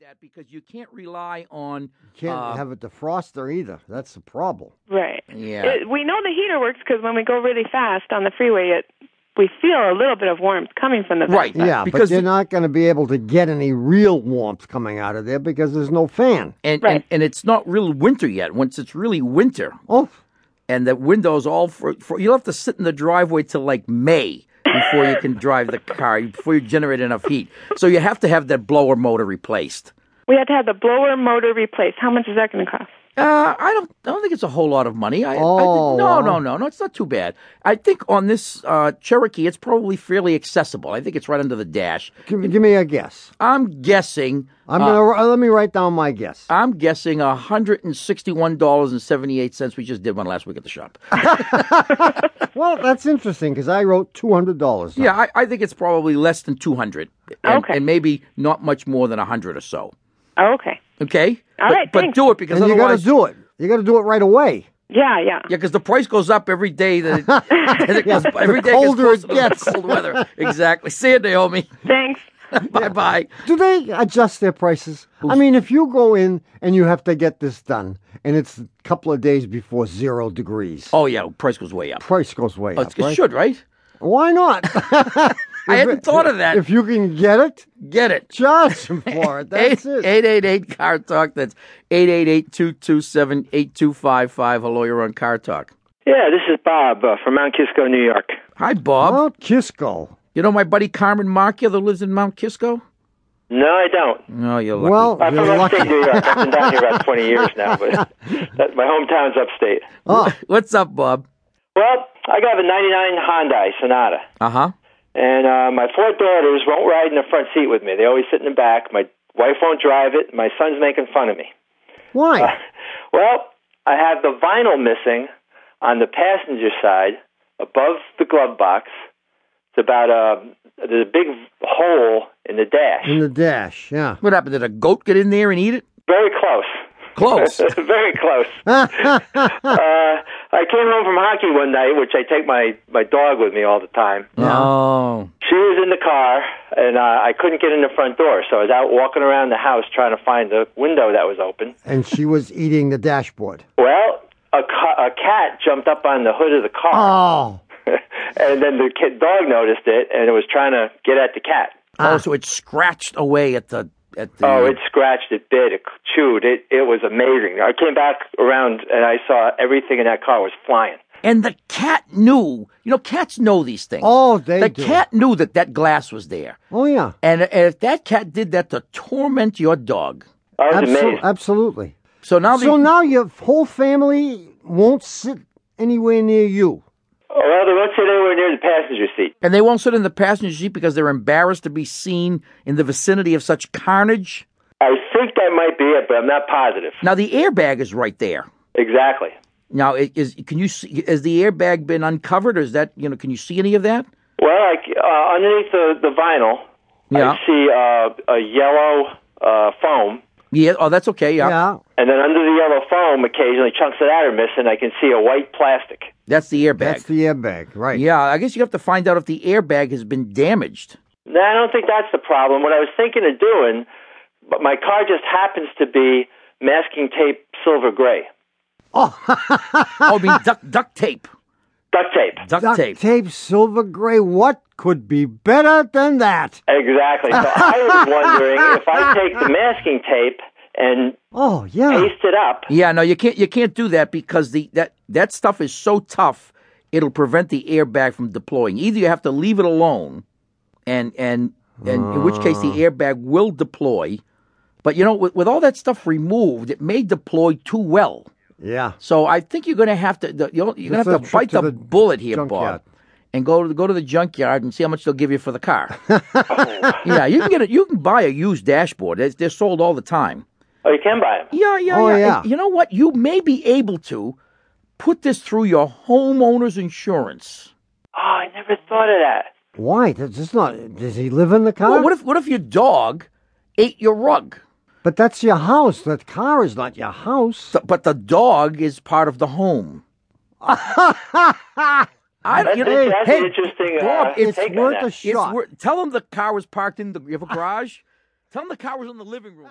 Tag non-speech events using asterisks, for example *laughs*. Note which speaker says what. Speaker 1: that because you can't rely on.
Speaker 2: Can't
Speaker 1: uh,
Speaker 2: have a defroster either. That's the problem.
Speaker 3: Right.
Speaker 1: Yeah.
Speaker 3: Uh, we know the heater works because when we go really fast on the freeway, it we feel a little bit of warmth coming from the vent.
Speaker 1: Right.
Speaker 2: Yeah,
Speaker 1: because
Speaker 2: but you're
Speaker 1: the-
Speaker 2: not going to be able to get any real warmth coming out of there because there's no fan.
Speaker 1: And, and
Speaker 3: Right.
Speaker 1: and it's not real winter yet. Once it's really winter,
Speaker 2: Oh,
Speaker 1: and the windows all for, for you'll have to sit in the driveway till like May before you can drive the car before you generate enough heat. So you have to have that blower motor replaced.
Speaker 3: We have to have the blower motor replaced. How much is that going to cost?
Speaker 1: Uh, I don't. I don't think it's a whole lot of money. I,
Speaker 2: Oh,
Speaker 1: I think, no,
Speaker 2: wow.
Speaker 1: no, no, no. It's not too bad. I think on this uh, Cherokee, it's probably fairly accessible. I think it's right under the dash.
Speaker 2: give, give me a guess.
Speaker 1: I'm guessing.
Speaker 2: I'm gonna uh, let me write down my guess.
Speaker 1: I'm guessing hundred and sixty-one dollars and seventy-eight cents. We just did one last week at the shop.
Speaker 2: Well, that's interesting because I wrote two hundred dollars.
Speaker 1: yeah, I, I think it's probably less than two hundred, and,
Speaker 3: Okay.
Speaker 1: and maybe not much more than hundred or so.
Speaker 3: Oh, okay.
Speaker 1: Okay,
Speaker 3: All
Speaker 1: but,
Speaker 3: right,
Speaker 1: but
Speaker 3: thanks.
Speaker 1: do it because
Speaker 2: and you got to
Speaker 1: otherwise,
Speaker 2: do it. You got to do it right away.
Speaker 3: Yeah, yeah.
Speaker 1: yeah, because the price goes up every day. That
Speaker 2: *laughs*
Speaker 1: it, that it goes, every day
Speaker 2: colder
Speaker 1: gets closer to
Speaker 2: it
Speaker 1: the
Speaker 2: gets.
Speaker 1: cold weather. Exactly. See you,
Speaker 2: *laughs*
Speaker 1: Naomi.
Speaker 3: Thanks.
Speaker 1: bye bye.
Speaker 2: Do they adjust their prices? I mean, if you go in and you have to get this done, and it's a couple of days before zero degrees,
Speaker 1: Oh yeah, price goes way up.
Speaker 2: price goes way
Speaker 1: It
Speaker 2: up. Right?
Speaker 1: should, right?
Speaker 2: Why
Speaker 1: *laughs*
Speaker 2: not?
Speaker 1: I hadn't thought of that.
Speaker 2: if you can get it,
Speaker 1: Get it. *laughs*
Speaker 2: charge them for it. That's it.
Speaker 1: 888 Car Talk. That's 888 227 8255. Hello, you're on Car Talk.
Speaker 4: Yeah, this is Bob uh, from Mount Kisco, New York.
Speaker 1: Hi, Bob.
Speaker 2: Mount Kisco.
Speaker 1: You know my buddy Carmen Markia that lives in Mount Kisco?
Speaker 4: No, I don't.
Speaker 1: No, you're lucky.
Speaker 2: Well,
Speaker 4: I'm
Speaker 2: you're
Speaker 4: from upstate
Speaker 2: lucky.
Speaker 4: New York. I've been down here about 20 years now, but that, my hometown's upstate.
Speaker 2: Oh,
Speaker 1: what's up, Bob?
Speaker 4: Well, I got a 99 Hyundai Sonata,
Speaker 1: Uh huh.
Speaker 4: and uh, my four daughters won't ride in the front seat with me. They always sit in the back. My wife won't drive it. My son's making fun of me.
Speaker 2: why?
Speaker 4: Well, I have the vinyl missing on the passenger side above the glove box. It's about a there's a big hole in the dash.
Speaker 2: In the dash, yeah.
Speaker 1: What happened? Did a goat get in there and eat it?
Speaker 4: Very close.
Speaker 2: *laughs*
Speaker 1: Close.
Speaker 4: *laughs* Very close. uh, I came home from hockey one night, which I take my my dog with me all the time.
Speaker 1: Oh.
Speaker 4: She was in the car, and uh, I couldn't get in the front door, so I was out walking around the house trying to find the window that was open.
Speaker 2: And she was eating the dashboard.
Speaker 4: Well, a ca- a cat jumped up on the hood of the car,
Speaker 2: Oh,
Speaker 4: and then the kid dog noticed it, and it was trying to get at the cat.
Speaker 2: Ah.
Speaker 1: Oh, so it scratched away at the. At the uh,
Speaker 4: Oh, it scratched, it bit, it chewed. It it was amazing. I came back around, and I saw everything in that car was flying.
Speaker 1: And the cat knew. You know, cats know these things.
Speaker 2: Oh, they
Speaker 1: The
Speaker 2: do.
Speaker 1: cat knew that that glass was there.
Speaker 2: oh yeah.
Speaker 1: And, and if that cat did that to torment your dog,
Speaker 4: I was
Speaker 2: Absol-
Speaker 4: amazed.
Speaker 2: absolutely.
Speaker 1: so now
Speaker 2: So
Speaker 1: the,
Speaker 2: now your whole family won't sit anywhere near you.
Speaker 4: Well, they won't sit anywhere near the passenger seat.
Speaker 1: and they won't sit in the passenger seat because they're embarrassed to be seen in the vicinity of such carnage.
Speaker 4: I think that might be it, but I'm not positive.
Speaker 1: Now the airbag is right there.
Speaker 4: Exactly.
Speaker 1: Now i- is can you see, has the airbag been uncovered? Or is that you know can you see any of that?
Speaker 4: Well, I, uh, underneath the, the vinyl,
Speaker 1: Yeah.
Speaker 4: I see uh, a yellow uh, foam,
Speaker 1: Yeah. Oh, that's okay. Yeah.
Speaker 2: Yeah.
Speaker 4: and then under the yellow foam, occasionally chunks of that are missing. I can see a white plastic.
Speaker 1: That's the airbag.
Speaker 2: That's the airbag, right?
Speaker 1: yeah. I guess you have to find out if the airbag has been *laughs* damaged.
Speaker 4: No, I don't think that's the problem. What I was thinking of doing, but my car just happens to be masking tape silver gray.
Speaker 2: *laughs*
Speaker 1: Oh, I mean duct duct tape.
Speaker 4: Duct tape.
Speaker 1: Duct,
Speaker 2: Duct tape.
Speaker 1: tape.
Speaker 2: silver gray. What could be better than that?
Speaker 4: Exactly. So I was wondering if I take the masking tape and
Speaker 2: Oh yeah.
Speaker 4: paste it up.
Speaker 1: Yeah, no, you can't you can't do that because the that that stuff is so tough. It'll prevent the airbag from deploying. Either you have to leave it alone, and and and in which case the
Speaker 2: Ah.
Speaker 1: airbag will deploy. But you know, with, with all that stuff removed, it may deploy too well.
Speaker 2: Yeah.
Speaker 1: So I think you're going to have to the, you're, you're going
Speaker 2: Just
Speaker 1: to
Speaker 2: a
Speaker 1: have to
Speaker 2: trip
Speaker 1: bite
Speaker 2: to
Speaker 1: the
Speaker 2: the
Speaker 1: bullet here,
Speaker 2: junkyard.
Speaker 1: Bob, and go to go to the junkyard and see how much they'll give you for the
Speaker 2: *laughs*
Speaker 1: car. yeah, you can get it. You can buy a used dashboard. They're, they're sold all the time.
Speaker 4: Oh, you can buy them.
Speaker 1: Yeah, yeah,
Speaker 2: Oh,
Speaker 1: yeah.
Speaker 2: yeah.
Speaker 1: And you know what? You may be able to put this through your homeowner's insurance.
Speaker 4: Oh, I never thought of that.
Speaker 2: Why? That's just not. Does he live in the car?
Speaker 1: Well, what if what if your dog ate your rug?
Speaker 2: but that's your house. That car is not your house. *laughs*
Speaker 1: Th- But the dog is part of the home. I
Speaker 4: That's,
Speaker 1: you
Speaker 4: an-
Speaker 1: know,
Speaker 4: that's
Speaker 2: hey,
Speaker 4: an interesting
Speaker 1: Bob,
Speaker 4: uh,
Speaker 1: it's
Speaker 4: take on
Speaker 2: worth
Speaker 4: that.
Speaker 2: a
Speaker 1: it's
Speaker 2: shot.
Speaker 1: wor- tell them the car was parked in the you have a garage. tell them the car was in the living room.